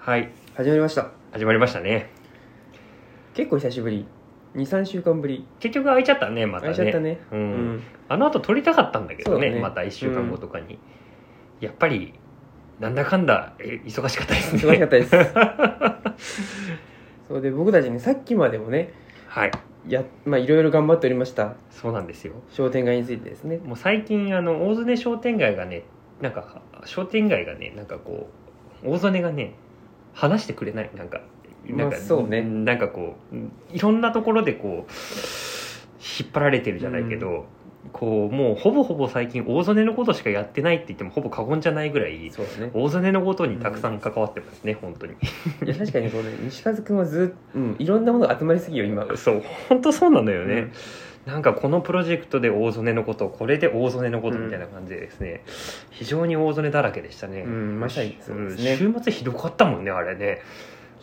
はい始まりました始まりましたね結構久しぶり23週間ぶり結局開いちゃったねまた会ねいちゃったねううんん、あの後撮りたかったんだけどそうねだねまた1週間後とかに、やっぱりなんだかんだえ忙しかったですね忙しかったです そうで僕たちねさっきまでもね はいやまあいろいろ頑張っておりましたそうなんですよ商店街についてですねもう最近あの大曽根商店街がねなんか商店街がねなんかこう大曽根がね話してくれないなんかなんか、まあそうねなんかこううんいろんなところでこう引っ張られてるじゃないけど、こうもうほぼほぼ最近大曽根のことしかやってないって言ってもほぼ過言じゃないぐらいそうですね大曽根のことにたくさん関わってますね、本当にいや確かに このね西和君はずっと、うん、いろんなものが集まりすぎよ今そう本当そうなんだよね、なんかこのプロジェクトで大曽根のことこれで大曽根のことみたいな感じでですね、非常に大曽根だらけでしたね、うんまさにそうですねうん週末ひどかったもんねあれね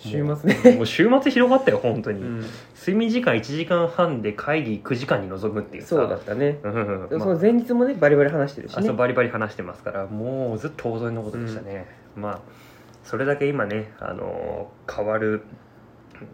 週末ねもう週末ひどかったよ本当に、うん睡眠時間1時間半で会議9時間に臨むっていうさそうだったね、うんうんうでんもまその前日もねバリバリ話してるしああねそうバリバリ話してますからもうずっと大曽根のことでしたね、まあそれだけ今ね、あのー変わる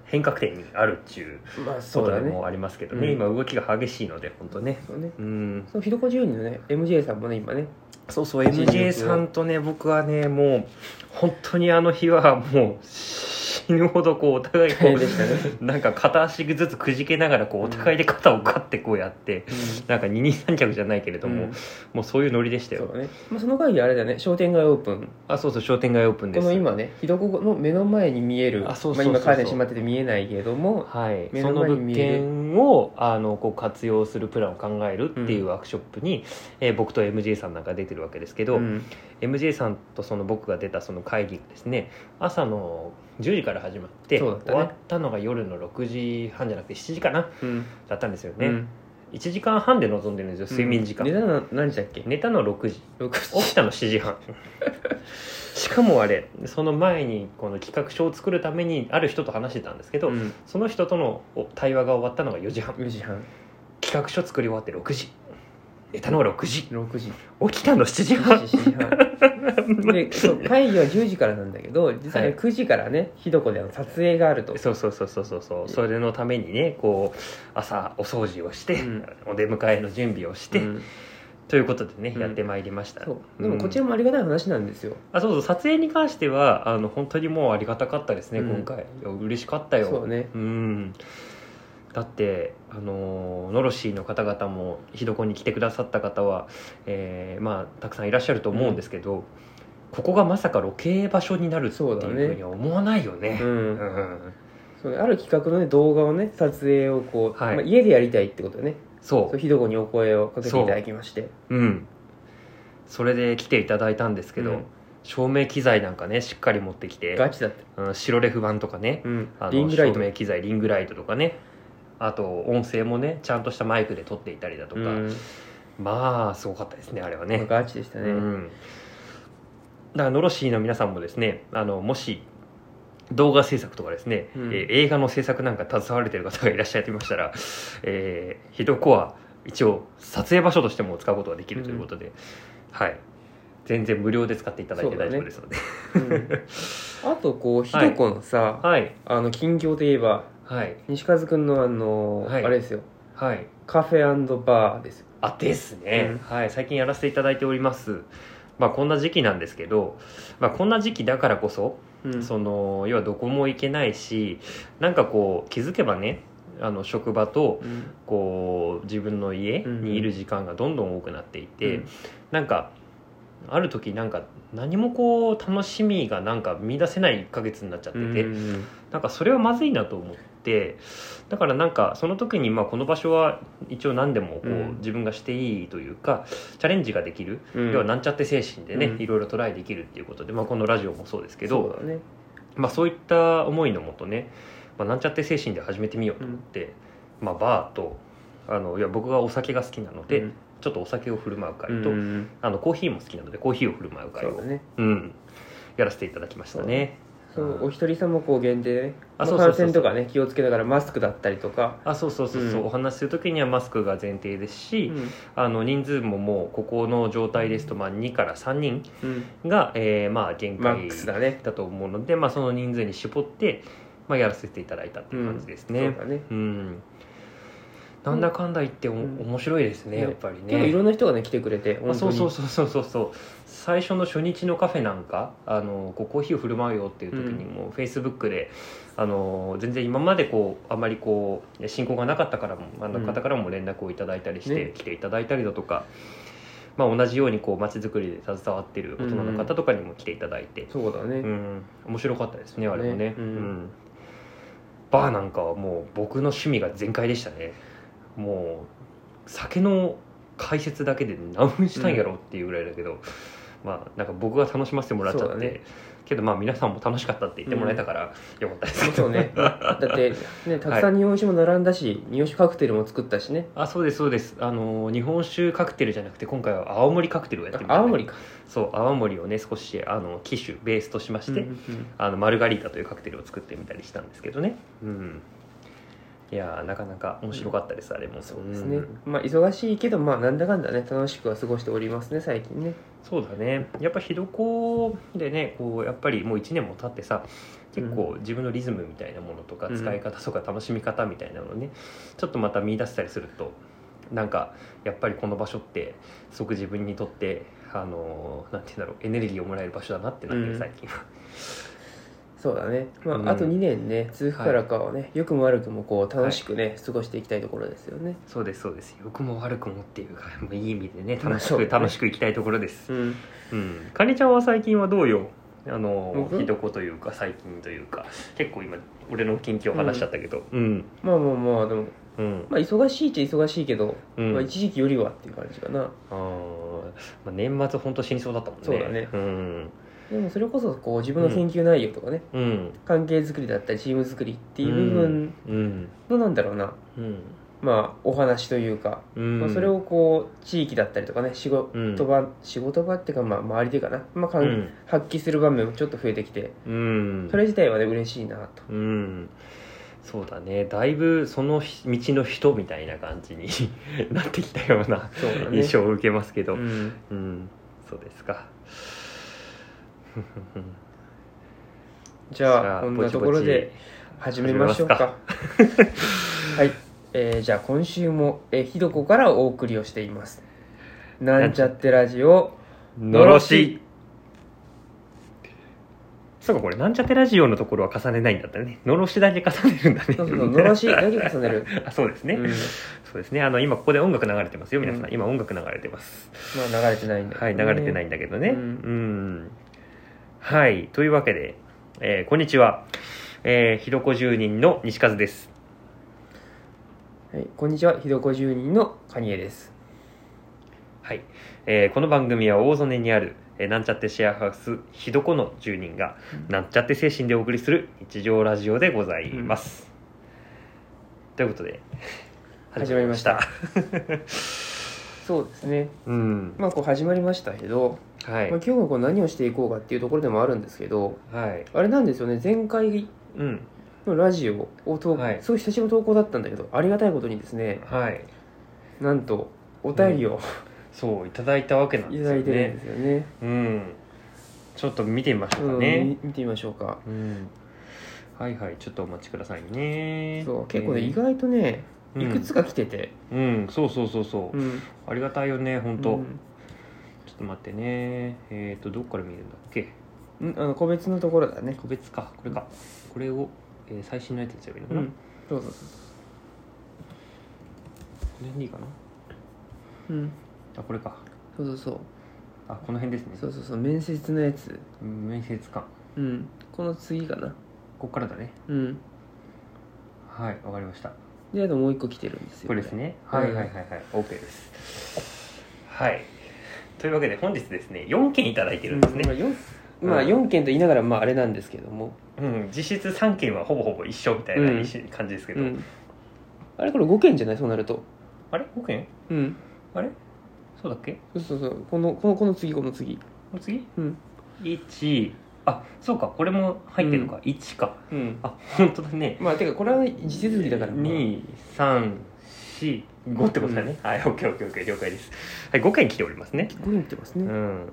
変革点にあるっていうまあそこうとだでねもありますけどねうん今動きが激しいので本当ねそうねうんそのひどこ住人のね MJ さんもね今ねそうそう MJ MJ さんとね僕はねもう本当にあの日はもう死ぬほどこうお互い大こ変でしたね、うなんか片足ずつくじけながらこうお互いで肩をガッてこうやってなんか二人三脚じゃないけれども、うんもうそういうノリでしたそようだね、まあ、その会議あれだね商店街オープンあそうそう商店街オープンでこすの今ねひどこの目の前に見えるあそうそうそうそうまあ、今帰ってしまってて見えないけどもはい、目そのの前に物見える件をあのこう活用するプランを考えるっていうワークショップに、えー僕と MJ さんなんか出てるわけですけど、ん MJ さんとその僕が出たその会議がですね朝の10時から始まって、そうだった終ねわったのが夜の6時半じゃなくて7時かなうんだったんですようね、ん一1時間半で臨んでるんですよ睡眠時間、うん値段は何時だっけ寝たの6時6起きたの7時半 しかもあれその前にこの企画書を作るためにある人と話してたんですけど、うんその人とのお対話が終わったのが4時半4時半企画書作り終わって6時寝たのは6時6時起きたの7時半7時7時 半でそう会議は10時からなんだけど実はねはい9時からねひどこであの撮影があるとそうそうそうそうそうそうそれのためにねこう朝お掃除をして、うんお出迎えの準備をして、うんということでね、うんやってまいりましたそうでもこちらもありがたい話なんですよ、あそうそう撮影に関してはあの本当にもうありがたかったですね、うん今回いや嬉しかったよそうねうんだってあのーノロシーの方々もひどこに来てくださった方は、えーまあ、たくさんいらっしゃると思うんですけど、ここがまさかロケ場所になるっていそううだふねうには思わないよねう。うんん、そうねある企画のね動画をね撮影をこう、はいまあ、家でやりたいってことでねそうそうひどこにお声をかけていただきましてうん、それで来ていただいたんですけど、うん照明機材なんかねしっかり持ってきてガ、チだった、うん、白レフ板とかねうんあのリングライト照明機材リングライトとかねあと音声もねちゃんとしたマイクで撮っていたりだとか、うんまあすごかったですねあれはね。ガチでしたね、うん、だからノロシーの皆さんもですねあのもし動画制作とかですね、うんえー映画の制作なんか携われてる方がいらっしゃいましたら、えー、ひどこは一応撮影場所としても使うことができるということで、はい全然無料で使っていただいてそうだ大ね丈夫ですので、うんあとこうひどこのさ、はいあの近況といえばはい西和君のあの、はいあれですよはいカフェバーですよあですね、うんはい最近やらせていただいておりますまあこんな時期なんですけど、まあ、こんな時期だからこそうんその要はどこも行けないしなんかこう気づけばねあの職場とうんこう自分の家にいる時間がどんどん多くなっていて、うんなんかある時なんか何もこう楽しみがなんか見出せない1ヶ月になっちゃってて、うんなんかそれはまずいなと思ってだからなんかその時にまあこの場所は一応何でもこううん自分がしていいというかチャレンジができる、うん要はなんちゃって精神でね、うんいろいろトライできるっていうことで、まあ、このラジオもそうですけど。そうだね、まあ、そういった思いのもとね、まあ、なんちゃって精神で始めてみようと思って、まあ、バーとあのいや僕がお酒が好きなので、うんちょっとお酒を振る舞う会と、うんあのコーヒーも好きなのでコーヒーを振る舞う会そうをだねうん、やらせていただきましたね。そのお一人様こう限定でねあまあそうそうそ感うそう染とかね気をつけながらマスクだったりとか、あそうそうそうそう、うんお話しする時にはマスクが前提ですうし、んあの人数ももうここの状態ですと、まあ、2から3人うん、が、えーまあ、限マ界ックスだねだと思うので、まあ、その人数に絞って、まあ、やらせていただいたっていう感じですね。そうだねうんなんだかんだ言ってお、うん面白いですねねやっぱり結構いね。ろんな人がね来てくれてあ本そ当うにそうそうそうそうそう最初の初日のカフェなんかあのこうコーヒーを振る舞うよっていう時にうんもフェイスブックであの全然今までこうあまりこう進行がなかったからもあうのん方からも連絡をいただいたりして、ね来ていただいたりだとか、まあ、同じようにこう街づくりで携わってる大人の方とかにも来ていただいて、そうだね、うん、面白かったですねあれもねねうんうんバーなんかはもう僕の趣味が全開でしたねもう酒の解説だけで何分したんやろうっていうぐらいだけど、まあなんか僕が楽しませてもらっちゃそっうて、だねけどまあ皆さんも楽しかったって言ってもらえたからよかったですけど、そう ねだってねたくさん日本酒も並んだし、日本酒カクテルも作ったしねあそうですそうですあのー日本酒カクテルじゃなくて今回は青森カクテルをやってみた、あ青森かそう青森をね少しあの機種ベースとしまして、うんうんうんあのマルガリータというカクテルを作ってみたりしたんですけどね、うん、いやーなかなか面白かったです、あれもそうですね、まあ忙しいけどまあなんだかんだね楽しくは過ごしておりますね最近ねそうだねやっぱひどこでねこうやっぱりもう1年も経ってさ結構自分のリズムみたいなものとか、うん使い方とか楽しみ方みたいなのをねちょっとまた見出したりするとなんかやっぱりこの場所ってすごく自分にとってあのーなんて言うんだろうエネルギーをもらえる場所だなってなってうるん最近は、そうだね、まあうんあと2年ね通風からかはね、良くも悪くもこう楽しくね、過ごしていきたいところですよねそうですそうです良くも悪くもっていうかもういい意味でね楽しそうく、だね楽しくいきたいところですうんうん、かねちゃんは最近はどうよあの僕ひどこというか最近というか結構今俺の近況話しちゃったけどうんまあまあまあでもうんまあ忙しいっちゃ忙しいけど、うん、まあ、一時期よりはっていう感じかなあーまあ年末本当死にそうだったもんねそうだねうんでもそれこそこう自分の研究内容とかね、うん関係作りだったりチーム作りっていう部分うんのなんだろうな、うんまあお話というか、うん、まあ、それをこう地域だったりとかね仕事場、仕事場っていうかまあ周りでかな、まあかうんん、発揮する場面もちょっと増えてきてうんそれ自体はね嬉しいなとうんそうだねだいぶそのひ道の人みたいな感じに なってきたようなそうだね 印象を受けますけど、うんうん、そうですか。ふんふんふん じゃあこんなところで。始めましょうか はい、えーじゃあ今週も、えーひどこからお送りをしていますなんちゃってラジオのろし。そうか、これ、なんちゃってラジオのところは重ねないんだったね。のろしだけ重ねるんだね。そうそうそうのろしだけ重ねる、 あそうですね、うん、まそうですね。あの、今ここで音楽流れてますよ、皆さん。うん今音楽流れてます。あ流れてないんだけどはい、ね流れてないんだけどね。ううんん。はい、というわけで、えーこんにちは。えー、ひどこ住人の西和です。はい、こんにちはひどこ住人のカニエですはい、えーこの番組は大曽根にある、えーなんちゃってシェアハウスひどこの住人が、うんなんちゃって精神でお送りする日常ラジオでございます、ということで始まりましたそうですねうんまあこう始まりましたけど、はいまあ、今日はこう何をしていこうかっていうところでもあるんですけどはいあれなんですよね前回うんのラジオを投稿、はいすごい久しぶりの投稿だったんだけどありがたいことにですねはいなんとお便りを、そういただいたわけなん いでたすよだいてるんねですよね。うんちょっと見てみましょううかん、ねみ見てみましょうか。うん、はいはいちょっとお待ちくださいねそう、結構ね、えー意外とね、うんいくつか来てて。うんそうそうそうそう、うん、ありがたいよね本当、うんちょっと待ってねえっ、とどっから見るんだっけうん、あの個別のところだね。個別かこれかこれを、えー最新のやつにすればいいのうかな、ん、そうそうそこの辺でいいかなう。うん、あこれかそうそうそう。あこの辺ですねそうそうそう、面接のやつ。うん面接官うん、この次かな。ここからだねうん、はいわかりましたで、あともう一個来てるんですよ。これです。ねこはれいはいはいはい OK ですはいというわけで本日ですね4件いただいてるんですうんまあ、ね、四、まあ、うん四件と言いながら、まあ、あれなんですけども。うん実質3件はほぼほぼ一緒みたいなうん一緒感じですけど、うん。あれ、これ五件じゃない、そうなると。あれ5件うん。あれそうだっけそうそうそう、この、この、この次、この次。この次うん。 1あそうかこれも入ってるか、一1かうんあ本当だねまあてかこれは地続きだから2345ってことだね、はい OKOKOK 了解ですはい5件来ておりますね5人来てますうね、ん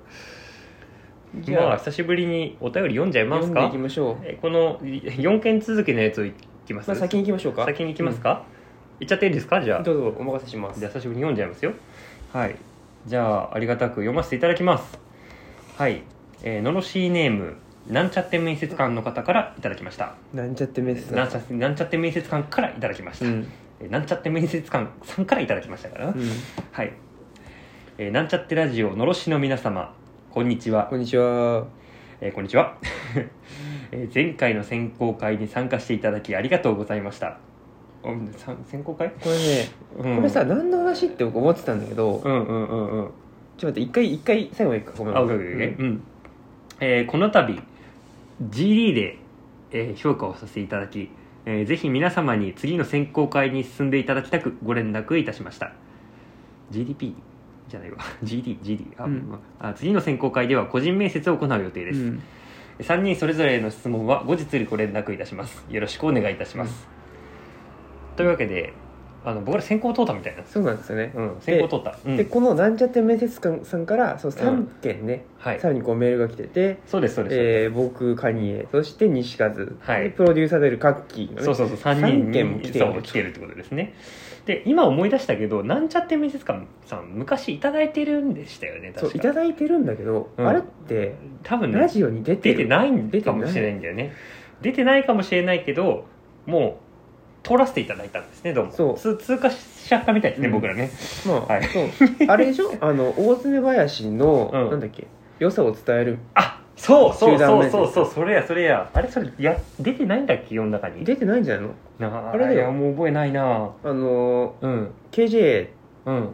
じまゃああ久しぶりにお便り読んじゃいま読すんでいかきましょうえこの4件続きのやついきます、まあ先に行きましょうか先に行きますか、行っちゃっていいですかじゃあうんどうぞお任せしますじゃあ久しぶりに読んじゃいますよはいじゃあありがたく読ませていただきますはい、えー、のろしーネームなんちゃって面接官の方からいただきましたなんちゃってメッセなんちゃなんちゃって面接官からいただきました、うんえーなんちゃって面接官さんからいただきましたから、うんはい、えーなんちゃってラジオのろしの皆様こんにちはこんにちはえーこんにちは、 えー前回の選考会に参加していただきありがとうございましたおさん選考会、これねうんこれさ、何の話って思ってたんだけど、うんうんうんうんちょっと待って一回一回最後までいくかごめんあ、オッケーオッケーオッケーうんえーこの度 GD で、えー評価をさせていただき、えーぜひ皆様に次の選考会に進んでいただきたくご連絡いたしました GDP じゃないわ GD、GD あ、うんまあ次の選考会では個人面接を行う予定うです、ん3人それぞれへの質問は後日ご連絡いたしますよろしくお願いいたします、というわけであの僕ら選考通ったみたいなんですそうなんですよね、うん選考通った、うんでこのなんちゃって面接官さんからそう3件ね、はいさらにこうメールが来てて、そうですそうです、えー僕カニエそして西和、はいでプロデューサーであるカッキーがねそうそうそう3人三件も来てるそう来てるってことですねで今思い出したけどなんちゃって面接官さん昔いただいてるんでしたよねそう確いかただいてるんだけど、うんあれって多分ねラジオに出て出るてないん出てかないもしれないんだよね出てないかもしれないけどもう通らせていただいたんですねどうもそうつ通過しちゃったみたいですね、うん僕らねまあ、はいそうあれでしょあの大詰林の、うんなんだっけ良さを伝えるあそうそう集団そう面接そうそうそれやそれやあれそれいや出てないんだっけ世の中に出てないんじゃないのなああれだよいやもう覚えないなあのうん KJ うん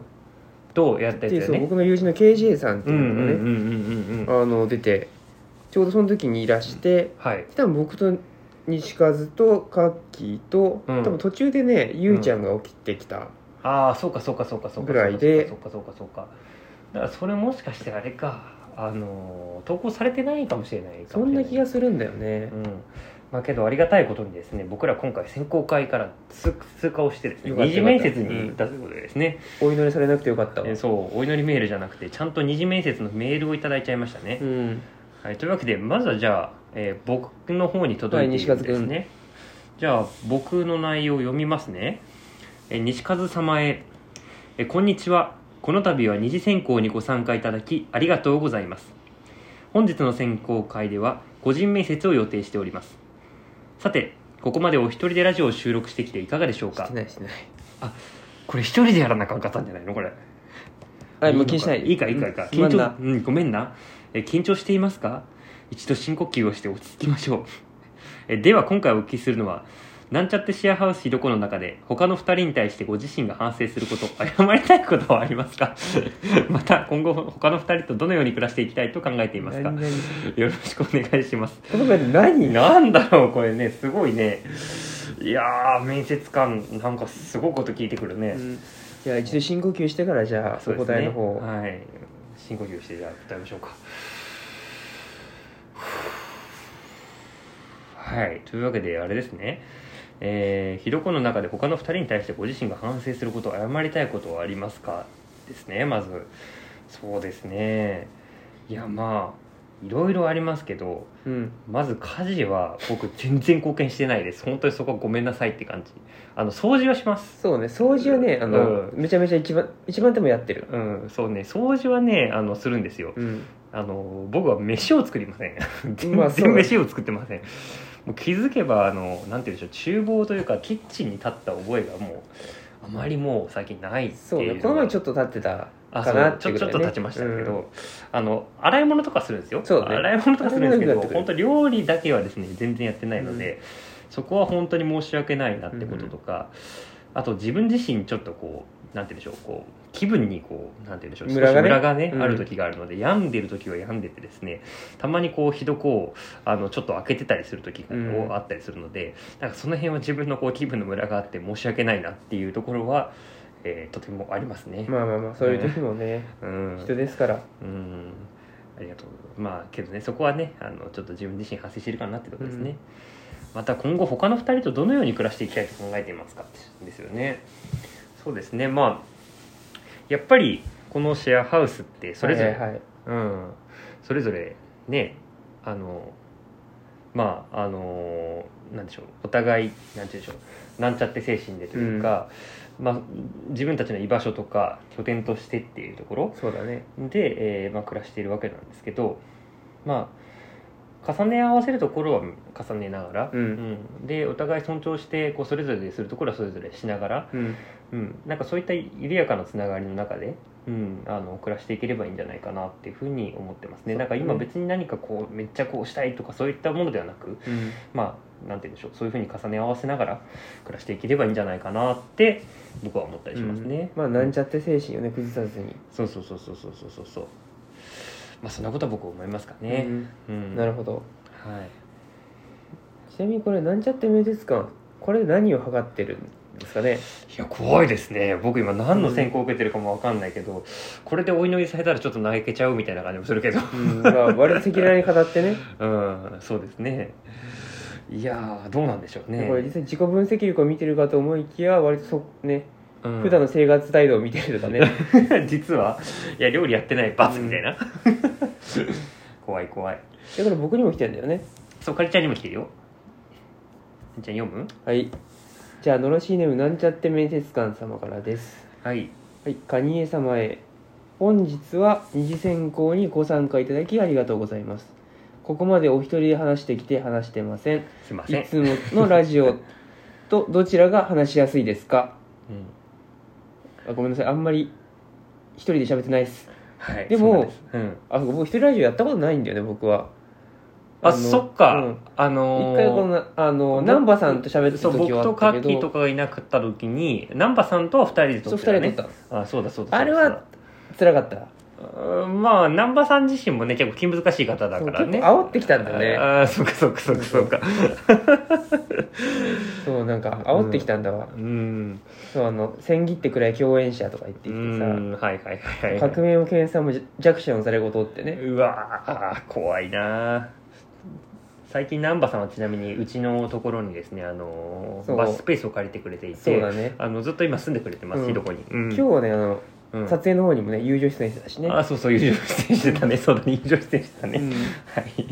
どうやったやってついうだよそうね僕の友人の KJ さんってういんううんのうんうがね、んうんうんあの出てちょうどその時にいらして、はい多分僕と西和とカッキーと、うん多分途中でねゆうちゃんが起きてきた、ああそうかそうかそうかそうかぐらいでそうかそうかそうかだからそれもしかしてあれかあのー投稿されてないかもしれないかそもしんれない気がするんだよねう、んまあけどありがたいことにですね僕ら今回選考会から通通過をしてですねよかっ二た次面接に行ったということでですね、お祈りされなくてよかったわえーそうお祈りメールじゃなくてちゃんと二次面接のメールをいただいちゃいましたねう、んはい、というわけでまずはじゃあ、えー僕の方に届いているんですね、じゃあ僕の内容を読みますね、えー西和様へ、えーこんにちはこの度は二次選考にご参加いただきありがとうございます本日の選考会では個人面接を予定しておりますさてここまでお一人でラジオを収録してきていかがでしょうしかてないしてないこれ一人でやらなあかんかったんじゃないのこれはいものうか気にしないいいかいいかいいかすま緊んな張うんごめんなえ緊張していますか一度深呼吸をして落ち着きましょうえでは今回お聞きするのはなんちゃってシェアハウスひどこの中で他の2人に対してご自身が反省すること謝りたいことはありますか また今後他の2人とどのように暮らしていきたいと考えていますか何よ々ろしくお願いしますこの前何なんだろうこれねすごいねいやー面接官なんかすごいこと聞いてくるね、うんじゃあ一度深呼吸してからじゃあお答えの方を、そうですねはい深呼吸してじゃあ答えましょうかはいというわけであれですねえー、ひどこの中で他の2人に対してご自身が反省すること謝りたいことはありますかですねまずそうですねいやまあいろいろありますけどうんまず家事は僕全然貢献してないです本当にそこはごめんなさいって感じあの掃除はしますそうね掃除はねあの、うめちゃめちゃ一番一番でもやってるうんそうね掃除はねあのするんですようんあの僕は飯を作りませんま全あそう然だ飯を作ってません、もう気づけばあのなんて言うんでしょう厨房というかキッチンに立った覚えがもうあまりもう最近ないっていうそうねこの前ちょっっと立ってたとかなってちいうょぐちょっらいねと経ちましたけど、あの洗い物とかするんですよそうだね洗い物とかするんですけ洗い物が良くなどってくる本当料理だけはですね全然やってないので、そこは本当に申し訳ないなってこととか、あと自分自身ちょっとこうなんて言うんでしょうこう気分にこうなんて言うんでしょうムラ少がねしムラがね、うんある時があるので病んでる時は病んでてですねたまにこうひどくこうあのちょっと開けてたりする時がこううんあったりするので、なんかその辺は自分のこう気分のムラがあって申し訳ないなっていうところは、えーとてもありますね。まあまあまあそういう時もね、うん人ですからうんありがとうまあけどねそこはねあのちょっと自分自身反省してるかなってとこですね、うんまた今後他の2人とどのように暮らしていきたいと考えていますかってですよねそうですねまあやっぱりこのシェアハウスってそれぞれ、はいはいはいうん、それぞれねあのまああのなんでしょうお互いなんて言うんでしょうなんちゃって精神でというか、まあ、自分たちの居場所とか拠点としてっていうところそうだねで、えーまあ、暮らしているわけなんですけどまあ重ね合わせるところは重ねながら、うんうんでお互い尊重してこうそれぞれするところはそれぞれしながら、うんうん、なんかそういった緩やかなつながりの中で、うん、あの暮らしていければいいんじゃないかなっていうふうに思ってますね。そうなんか今別に何かこうめっちゃこうしたいとかそういったものではなく、うんまあなんて言うんでしょう、そういうふうに重ね合わせながら暮らしていければいいんじゃないかなって僕は思ったりしますね。まあなんちゃゃって精神をね崩さずにそうそうそうそうそうそうそう。まあそんなことは僕は思いますかね。うん、うんなるほほどど。はい。ちなみにこれなんちゃって面接官これで何を測ってるんですかねいや怖いですね僕今何の選考を受けてるかもわかんないけど、これでお祈りされたらちょっと泣けちゃうみたいな感じもするけど うんまあ割と赤裸々に語ってねうんそうですねいやーどうなんでしょうねこれ実際自己分析力を見てるかと思いきや割とそねうん 普段の生活態度を見てるとかね実はいや料理やってない罰みたいな、 怖い怖いだから僕にも来てんだよねそうかりちゃんにも来てるよかりちゃん読むはいじゃあのろしいネームなんちゃって面接官様からですはいはいカニエ様へ本日は二次選考にご参加いただきありがとうございますここまでお一人で話してきて話してませんすいませんいつものラジオとどちらが話しやすいですかうんあごめんなさいあんまり一人で喋ってないですはいでそうなんもすうんあ僕一人ラジオやったことないんだよね僕はあのそっか、うんあのー一回このあの僕難波さんと喋ってたそう時僕はあとっカたけッキーとどかがいなかった時に南波さんとは2人でそ撮うってた2人でよ撮っねたのあそうだそうだそうだあれは辛かったうんまあ南波さん自身もね結構気難しい方だからねそう結構煽ってきたんだよねああそうかそうかそうかそうかそうなんか煽ってきたんだわ、うんそうあの千切ってくらい共演者とか言ってうきてさんはいはいはいはい革命も検査も弱者のされ事ってねうわー怖いな最近南波さんはちなみにうちのところにですねあのそうバススペースを借りてくれていそうてだね、あのずっと今住んでくれてまうすんひどこに今今日はねあの、撮影の方にもね友情出演してたしねあそうそう友情出演してたねそうだね友情出演してたうんねはいこ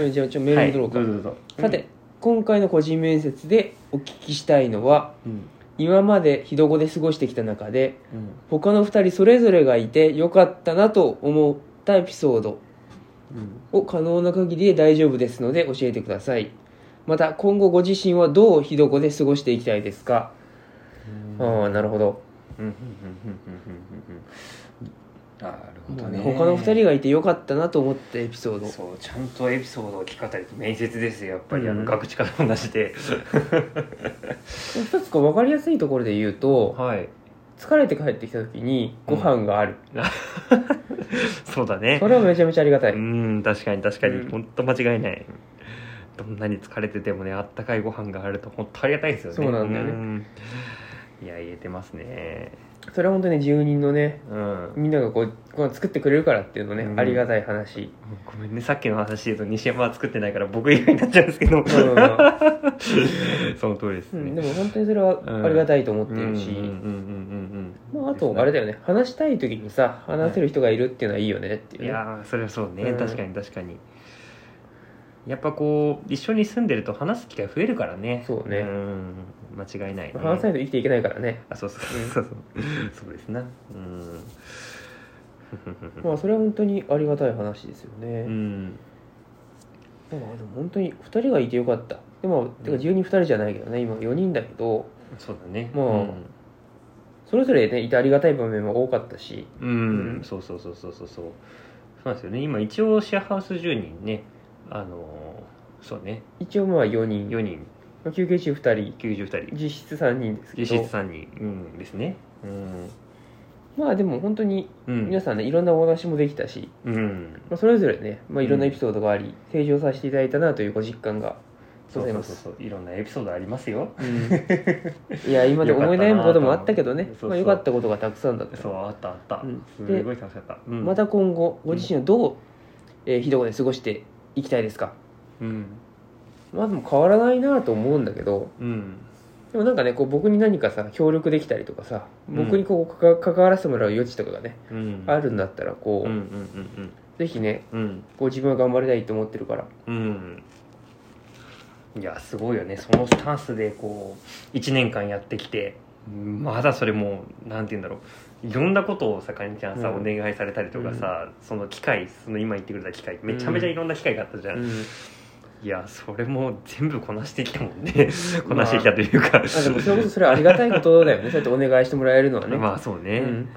れじゃあちょっとメールに取ろうか、はいどうぞどうぞさて、今回の個人面接でお聞きしたいのはうん今までひどこで過ごしてきた中でうん他の2人それぞれがいてよかったなと思ったエピソードうんを可能な限りで大丈夫ですので教えてくださいまた今後ご自身はどうひどこで過ごしていきたいですか、ああなるほどうんうんうんうんうんうんうんなるほどね他の2人がいてよかったなと思ったエピソードそうちゃんとエピソードを聞かたりと面接ですよやっぱり、あうのん学知から同じで一つこう分かりやすいところで言うとはい疲れて帰ってきた時にご飯がある、そうだねそれはめちゃめちゃありがたい、うん確かに確かに、うんほんと間違いないどんなに疲れててもねあったかいご飯があると本当ありがたいですよねそうなんだよねねいや言えてますねそれは本当に住人のねうんみんながこうご飯作ってくれるからっていうのね、うんありがたい話、ごめんねさっきの話で言うと西山は作ってないから僕以外になっちゃうんですけど、その通りですうんね、でも本当にそれはありがたいと思ってるし、うんうんうんうんうんうんまあ、あとあれだよね話したい時にさ話せる人がいるっていうのはいいよねっていういね、やーそれはそうね、うん確かに確かにやっぱこう一緒に住んでると話す機会増えるからねそうねん間違いない、ね、まあ話さないと生きていけないからね、あそうそううんそうそうそうですなうんまあそれは本当にありがたい話ですようね、んまあでも本当に2人がいてよかったでもてか12人2人じゃないけどね今4人だけどそうだねまあそれぞれねいてありがたい場面も多かったしうん、うんうんそうそうそうそうそうそうなんですよね今一応シェアハウス10人ねあのーそうね一応まあ4人4人まあ休憩中2人92人実質3人ですけ実ど質3人、うん、ですねうんまあでも本当にうん皆さんねいろんなお話もできたし、うんまあ、それぞれね、まあ、いろんなエピソードがあり、成長させていただいたなというご実感がそごうざそういますそうそういろんなエピソードありますよいや今で思い悩むこともあったけどよかねったなと思ってまあ、良かったことがたくさんだったそうあったあった、うんすごい楽しかった、うんまた今後ご自身はどうえー、ひどこで過ごしていきたいですかうんまあでも変わらないなと思うんだけどうんでもなんかねこう僕に何かさ協力できたりとかさ僕にこうかか関わらせてもらう余地とかがね、うんあるんだったらこう、うんうんぜひねうんうんこう自分は頑張りたいと思ってるからうんいやすごいよねそのスタンスでこう1年間やってきてまだそれもうなんて言うんだろういろんなことをさかりんちゃんさ、うんお願いされたりとかさ、その機会その今言ってくれた機会めちゃめちゃいろんな機会があったじゃん、うんいやそれも全部こなしてきたもん ねこなしてきたというか、まあでもそれこそそれはありがたいこと だよねそうやってお願いしてもらえるのはあ、ね、そううね、ん、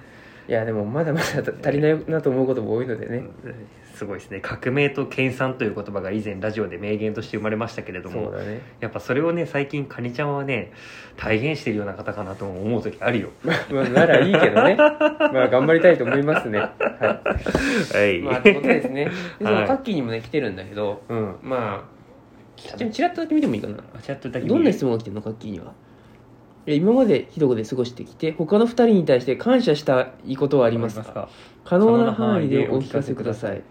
いやでもまだまだ足りないなと思うことも多いのでね、すごいですね革命と研鑽という言葉が以前ラジオで名言として生まれましたけれどそうもだねやっぱそれをね最近カニちゃんはね体現しているような方かなとも思う時あるよまあならいいけどねまあ頑張りたいと思いますねは はい、いまあということです ねでそはのいカッキーにもね来てるんだけどうんまあでもチラッとだけ見てもいいかなあちょっとだけ見るどんな質問が来てるのカッキーにはえ今までひどこで過ごしてきて他の2人に対して感謝したいことはありますか可能な範囲でお聞かせください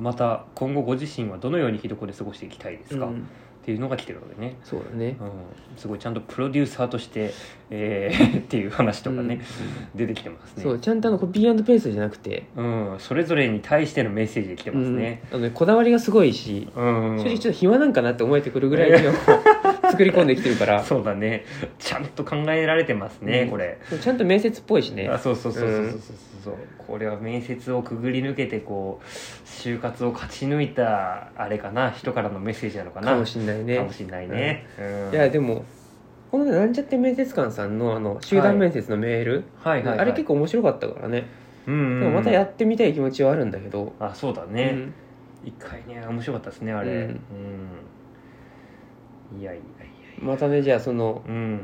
また今後ご自身はどのようにひどこで過ごしていきたいですか、うっんていうのが来てるのでね、そうだねうん、すごいちゃんとプロデューサーとして、えー っていう話とかね、出てきてますねそうちゃんとあのコピーペーストじゃなくて、うん、それぞれに対してのメッセージで来てますね。うんあのねこだわりがすごいし、うん、正直ちょっと暇なんかなって思えてくるぐら いの作り込んできてるからそうだね。ちゃんと考えられてますね、うんこれ。ちゃんと面接っぽいしねあ、そうそうそうそううんそうそうそう、これは面接をくぐり抜けてこう就活を勝ち抜いたあれかな、人からのメッセージなのかな。かもしんないかねもしんないね。うんいやでもこのなんちゃって面接官さんのあの集団面接のメール、はいはい、はい、あれ結構面白かったからね、構、うんうんうんでもまたやってみたい気持ちはあるんだけど、あ、そうだうね。ん一、回ね、面白かったですね、あれ。ううんん。いやいやいやいや。またねじゃあそのうん、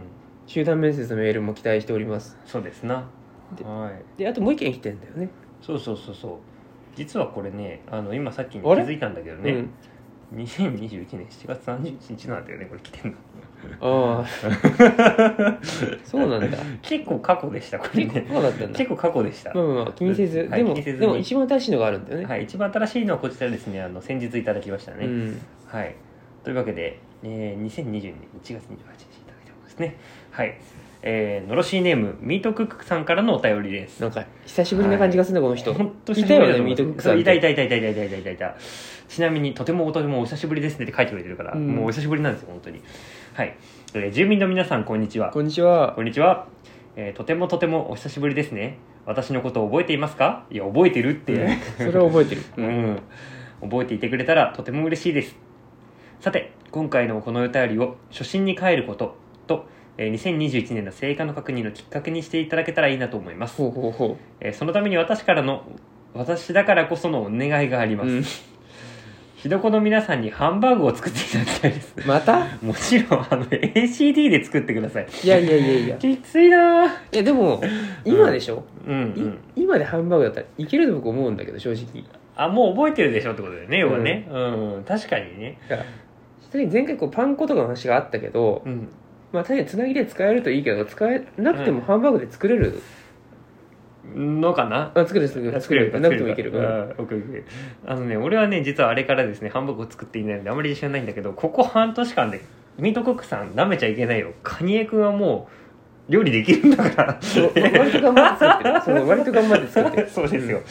集団面接のメールも期待しておりますそうですな。ではい。であともう一件来てんだよねそうそうそうそう実はこれねあの今さっきに気あれづいたんだけどうね、ん2021年7月31日なんだよねこれ来てんのああ そうなんだ結構過去でしたこれ結構ねそうだったんだ結構過去でした、まあまあまあ気にせず、はいでも気にせずにでも一番新しいのがあるんだよね、はい、一番新しいのはこちらですねあの先日いただきましたね、うん、はいというわけで、えー、2020年1月28日いただいたものですねはいえー、のろしいネームミートクックさんからのお便りですなんか久しぶりな感じがするんだ、この人本当いたよねミートクックさんいたいたいたいたいたいたいたいたいたちなみにとてもおとてもお久しぶりですねって書いてくれてるから、うんもうお久しぶりなんですよ本当にはい、えー住民の皆さんこんにちはこんにちはこんにちは、えーとてもとてもお久しぶりですね私のことを覚えていますかいや覚えてるって、それは覚えてる、うん、覚えていてくれたらとても嬉しいですさて今回のこのお便りを初心に帰ることとえー2021年の成果の確認のきっかけにしていただけたらいいなと思いますほうほうほえーそのために私からの私だからこそのお願いがありまう、す、うん、ひどこの皆さんにハンバーグを作っていただきたいですまたもちろんあの ACD で作ってくださいいやいやいやいやきついなぁ いやでも今でしょ、うんういん今でハンバーグだったらいけると僕思うんだけど正直いあもう覚えてるでしょってことだよね要はねうん、確かにねや確かに前回こうパン粉とかの話があったけど、うんまあ確かにつなぎで使えるといいけど使えなくてもハンバーグで作れる、のかなあ作れる作れる作れるなくてもいけるから、うんオッケーオッケーあのね俺はね実はあれからですねハンバーグを作っていないのであまり自信はないんだけどここ半年間でミートコックさん舐めちゃいけないよカニエ君はもう料理できるんだからそう割と頑張って作ってるそう割と頑張って作 って るそうですよ、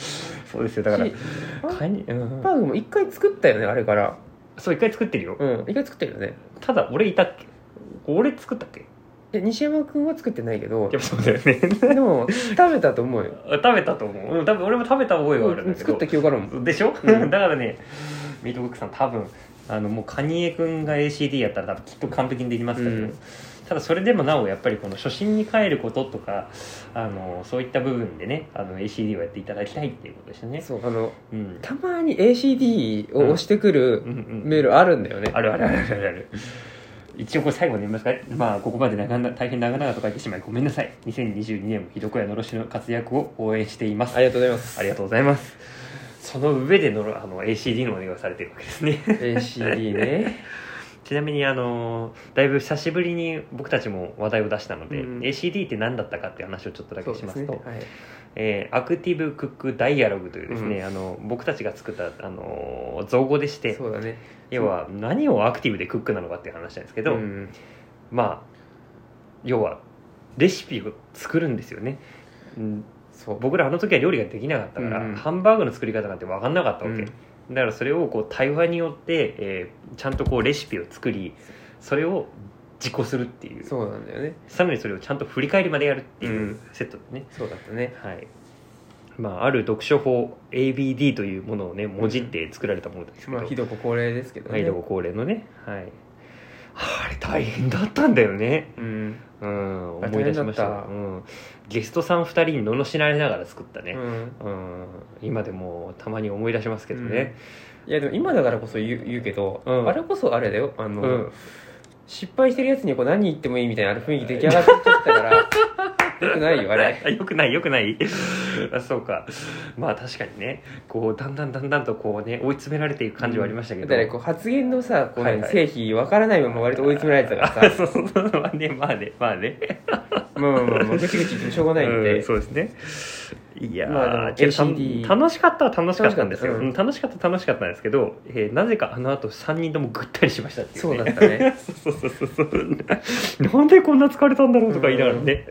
そうですよだからしパンカニ、うんハンバーグも一回作ったよねあれからそう一回作ってるよ、うん一回作ってるよねただ俺いたっけ俺作ったっけやで西山君は作ってないけどっぱそうだよねでも食べたと思うよ食べたと思う、うん、多分俺も食べた覚えがあるんだけど作った記憶あるもんでしょ、う んだからねミートコックさん多分あのもうカニエ君が ACD やったら多分きっと完璧にできますから、うんただそれでもなおやっぱりこの初心に帰ることとかあのそういった部分でねあの ACD をやっていただきたいっていうことでしたねそうあのうんたまに ACD を押してくうんうるんメールあるんだよね、あるあるあるあるある。一応これ最後に言いますかまあここまで長々大変長々と書いてしまいごめんなさい2022年もひどこやのろしの活躍を応援していますありがとうご ざいますありがとうございますその上でのろあの ACD のお願いをされてるわけですね ACD ねちなみにあのだいぶ久しぶりに僕たちも話題を出したので、うん ACD って何だったかっていう話をちょっとだけしますとそうですねえーアクティブクックダイアログというですね、うあの僕たちが作った、あのー造語でしはい、てそうだね要は何をアクティブでクックなのかっていう話なんですけど、うんまあ要はレシピを作るんですよね、うんそう僕らあの時は料理ができなかったから、うんハンバーグの作り方なんて分かんなかったわけ、うんだからそれをこう対話によって、えーちゃんとこうレシピを作りそれを実行するっていうそうなんだよねさらにそれをちゃんと振り返りまでやるっていううんセットでね、そうだったねはいまあ、ある読書法 ABD というものをねもじって作られたものですけど、まあひどく高齢ですけどはいねどこ恒例のね、はい、あれ大変だったんだよねうんうんあ思い出しました大変だったうん、ゲストさん2人に罵られながら作ったうね、んうん、今でもたまに思い出しますけどね、いやでも今だからこそ言う言うけど、うんあれこそあれだよあうの、ん失敗してるやつにこう何言ってもいいみたいなあの雰囲気出来上がっちゃったか らよくないよあれあよくないよくない あそうかまあ確かにねこうだんだんだんだんとこうね追い詰められていく感じはありましたけど、だからこう発言のさこう、はいはい成否わからないまま割と追い詰められてたからあさそうそうそうまあねまあねまあねまあまあまあまあぐちぐち言ってもしょうがないんうでん、そうですねいやー、まあでもけどた LCD 楽しかったは楽しかったんですようん楽しかったうん楽しかった楽しかったんですけど、えーなぜかあの後三3人ともぐったりしましたっていう、そうね、だったね そうそうそうそうなんでこんな疲れたんだろうとか言いながらね、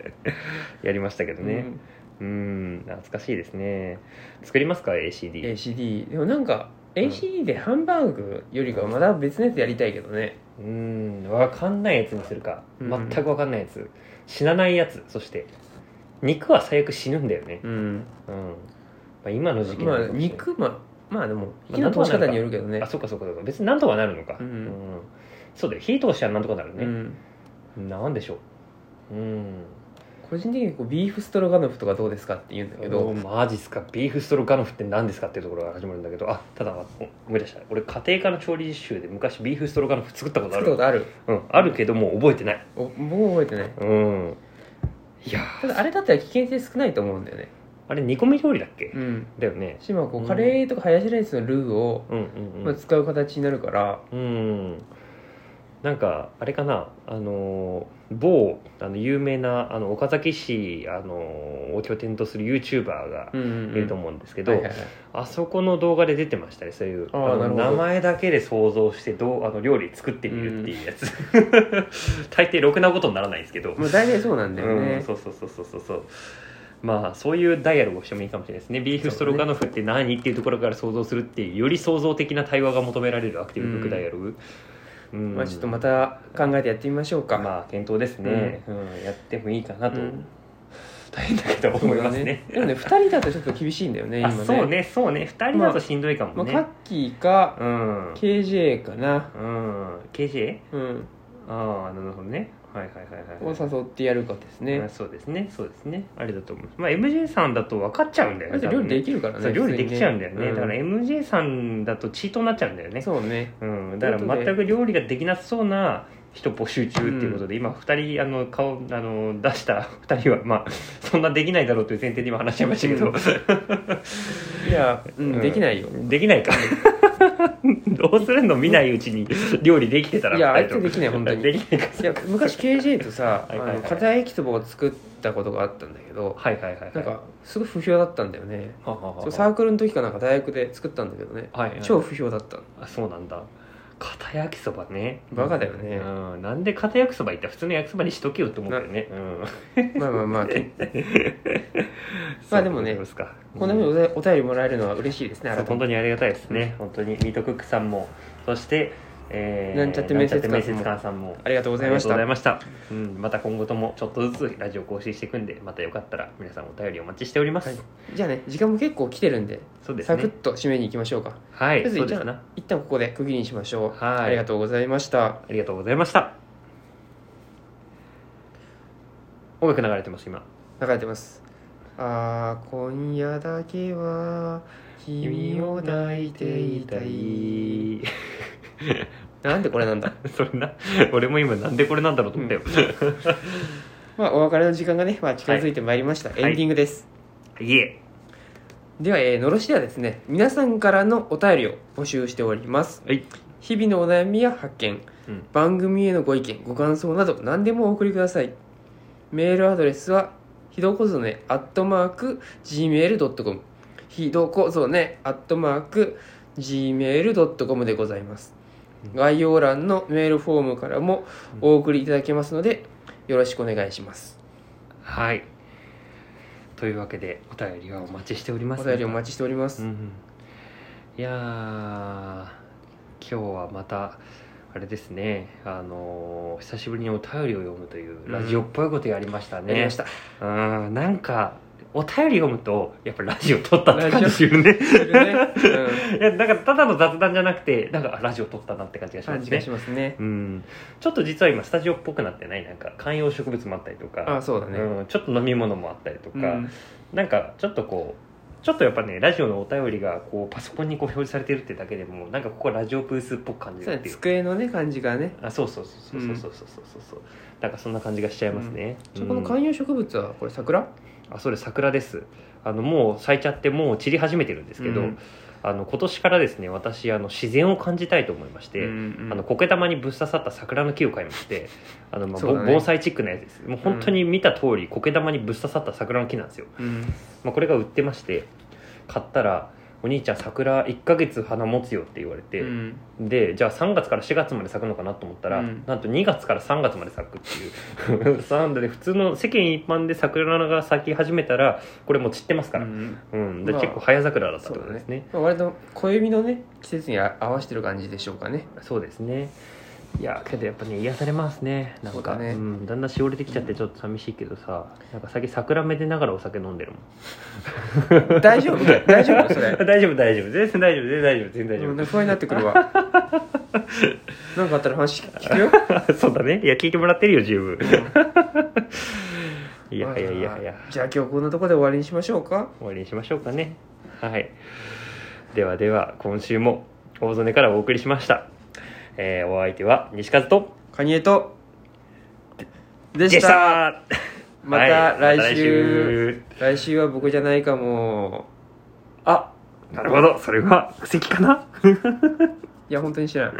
やりましたけどねうん懐かしいですね作りますか ACD、 ACD でもなんかん ACD でハンバーグよりかはまだ別のやつやりたいけどねうん分かんないやつにするか、うん全く分かんないやつ死なないやつそして肉は最悪死ぬんだよね、うんうんまあ、今の時期まなあのかもしれない肉まあまあでもまあ火の通し方によるけどねあそうかそうかそうか別になんとかなるのか、うんそうだよ火通したらなんとかなるうね、んなんでしょううん個人的にこうビーフストロガノフとかどうですかって言うんだけけどどマジっすかビーフストロガノフって何ですかっていうところが始まるんだけどあただお思い出した俺家庭科の調理実習で昔ビーフストロガノフ作ったことあ作るったことあるうん、あるけどもう覚えてないお僕覚えてないうんいやーただあれだったら危険性少ないと思うんだよねあれ煮込み料理だっけ、うんだよねしまあこうんうカレーとかハヤシライスのルーを、うんうんうまあ、ん、使う形になるからうん、なんかあれかなあのー某あの有名なあの岡崎市あのーを拠点とする YouTuber がうんいうんると思うんですけど、はいはいはいあそこの動画で出てましたねそういうああーなのるほど名前だけで想像してどうあの料理作ってみるっていうや つ、大抵ろくなことにならないんですけど、まあ大体そうなんだようんねそうそうそうそうそうそうまあそういうダイアログをしてもいいかもしれないですねビーフストロガノフって何っていうところから想像するっていうより創造的な対話が求められるアクティブブックダイアログ、うんまあちょっとまた考えてやってみましょうかまあ検討ですね、うんやってもいいかなと、うん大変だけど思いますねそうだでもね2人だとちょっと厳しいんだよね今あねそうねそうね2人だとしんどいかもまあ、ね、カッキーかうん、 KJ かなうん、KJ? うんああなるほどねはいはいはいはいを誘ってやるかですあねそうですねそうですねあれだと思うまあ MJ さんだと分かっちゃうんだよだって料理できるからそねう料理できちゃうんだよね、だからね MJ さんだとチートになっちゃうんだようんねそうねう、ん、だから全く料理ができなそうな人募集中っていうことで、今2人あの顔あの出した2人はまあそんなできないだろうという前提で今話しちゃいましたけど、いや、ううんん、できないよできないか どうするの見ないうちに料理できてたらいやあい二人ともつできない本当にできないかいや昔 KJ とさはいはいはいあのカレーエキスボを作ったことがあったんだけどはいはいはいはいなんかすごい不評だったんだよねはははそうサークルの時かなんか大学で作ったんだけどねはいはい超不評だったのあそうなんだ片焼きそばねバカだよねうん、なんで片焼きそば行ったら普通の焼きそばにしとけよって思うけどね、うん、まあまあ まあ まあでもねそうですかこんなふうにお便お便りもらえるのは嬉しいですねそう改めて本当にありがたいですね本当にミートクックさんもそして、えなんちゃって面接官なんちゃって面官さんもありがとうございましありたがとうございました、うん、また今後ともちょっとずつラジオ更新していくんでまたよかったら皆さんお便りお待ちしております、はいじゃあね時間も結構来てるんでそうですサクッねと締めに行きましょうかはとりあいえずそうですな一旦ここで区切りにしましょうはいありがとうございましたありがとうございました音楽流れてます今流れてますあー今夜だけは君を抱いていたいなんでこれなんだ それな俺も今なんでこれなんだろうと思ったよ、まあお別れの時間がね、まあ、近づいてまいりました、いエンディングです、 いえでは、えーのろしではですね皆さんからのお便りを募集しておりますはい日々のお悩みや発見うん番組へのご意見ご感想など何でもお送りくださいメールアドレスはひどこぞねアットマーク Gmail.com ひどこぞねアットマーク Gmail.com でございますうん概要欄のメールフォームからもお送りいただけますのでよろしくお願いしますはいというわけでお便りはお待ちしておりますお便りお待ちしております、うんうん、いやー今日はまたあれですねあのー久しぶりにお便りを読むというラジオっぽいことやりましたね、やりましたうんなんかお便り読むとやっぱラジオ撮ったってラジ感オじするねういやなんかただの雑談じゃなくてなんかあラジオ撮ったなって感じがんしま感すじがねしますねうん、ちょっと実は今スタジオっぽくなってないなんか観葉植物もあったりとかあそうだねうん、ちょっと飲み物もあったりとか、うんなんかちょっとこうちょっとやっぱねラジオのお便りがこうパソコンにこう表示されてるってだけでもなんかここラジオブースっぽく感じそるっうだてねいう机のね感じがねあそうそうそうそうそうそうそうそうそうなんかそんな感じがしちゃいますね、そこのうん観葉植物はこれ桜あそれ桜ですあのもう咲いちゃってもう散り始めてるんですけど、うんあの今年からですね私あの自然を感じたいと思いまして、うんあの苔玉にぶっ刺さった桜の木を買いましてあの、まあそうだねぼ盆栽チックなやつですもう本当に見た通り苔玉にぶっ刺さった桜の木なんですよ、うんまあ、これが売ってまして買ったら「お兄ちゃん桜1ヶ月花持つよ」って言われて、うんでじゃあ3月から4月まで咲くのかなと思ったら、うんなんと2月から3月まで咲くっていう なんで普通の世間一般で桜が咲き始めたらこれもう散ってますから、ううんんでまあ結構早桜だったってことですねまあ割と暦のね季節にあ合わせてる感じでしょうかねそうですねいやけどやっぱね癒されますねなんそうかだねん、だんだんしおれてきちゃってちょっと寂しいけどさなんか最近桜めでながらお酒飲んでるもん大丈夫大丈夫それ 大丈夫大丈夫全然大丈夫全然大丈夫全然大丈夫、うん不安になってくるわ なんかあったら話聞くよ そうだね。いや、聞いてもらってるよ、十分。 いやいやいやいやま、あじゃあ今日こんなとこで終わりにしましょうか終わりにしましょうかね。はい。ではでは、今週も大曽根からお送りしました。えーお相手は西和とカニエとででししたた。まはたい来週、。来週は僕じゃないかもあまた来週なるほど、それは布石かな。いや本当に知らん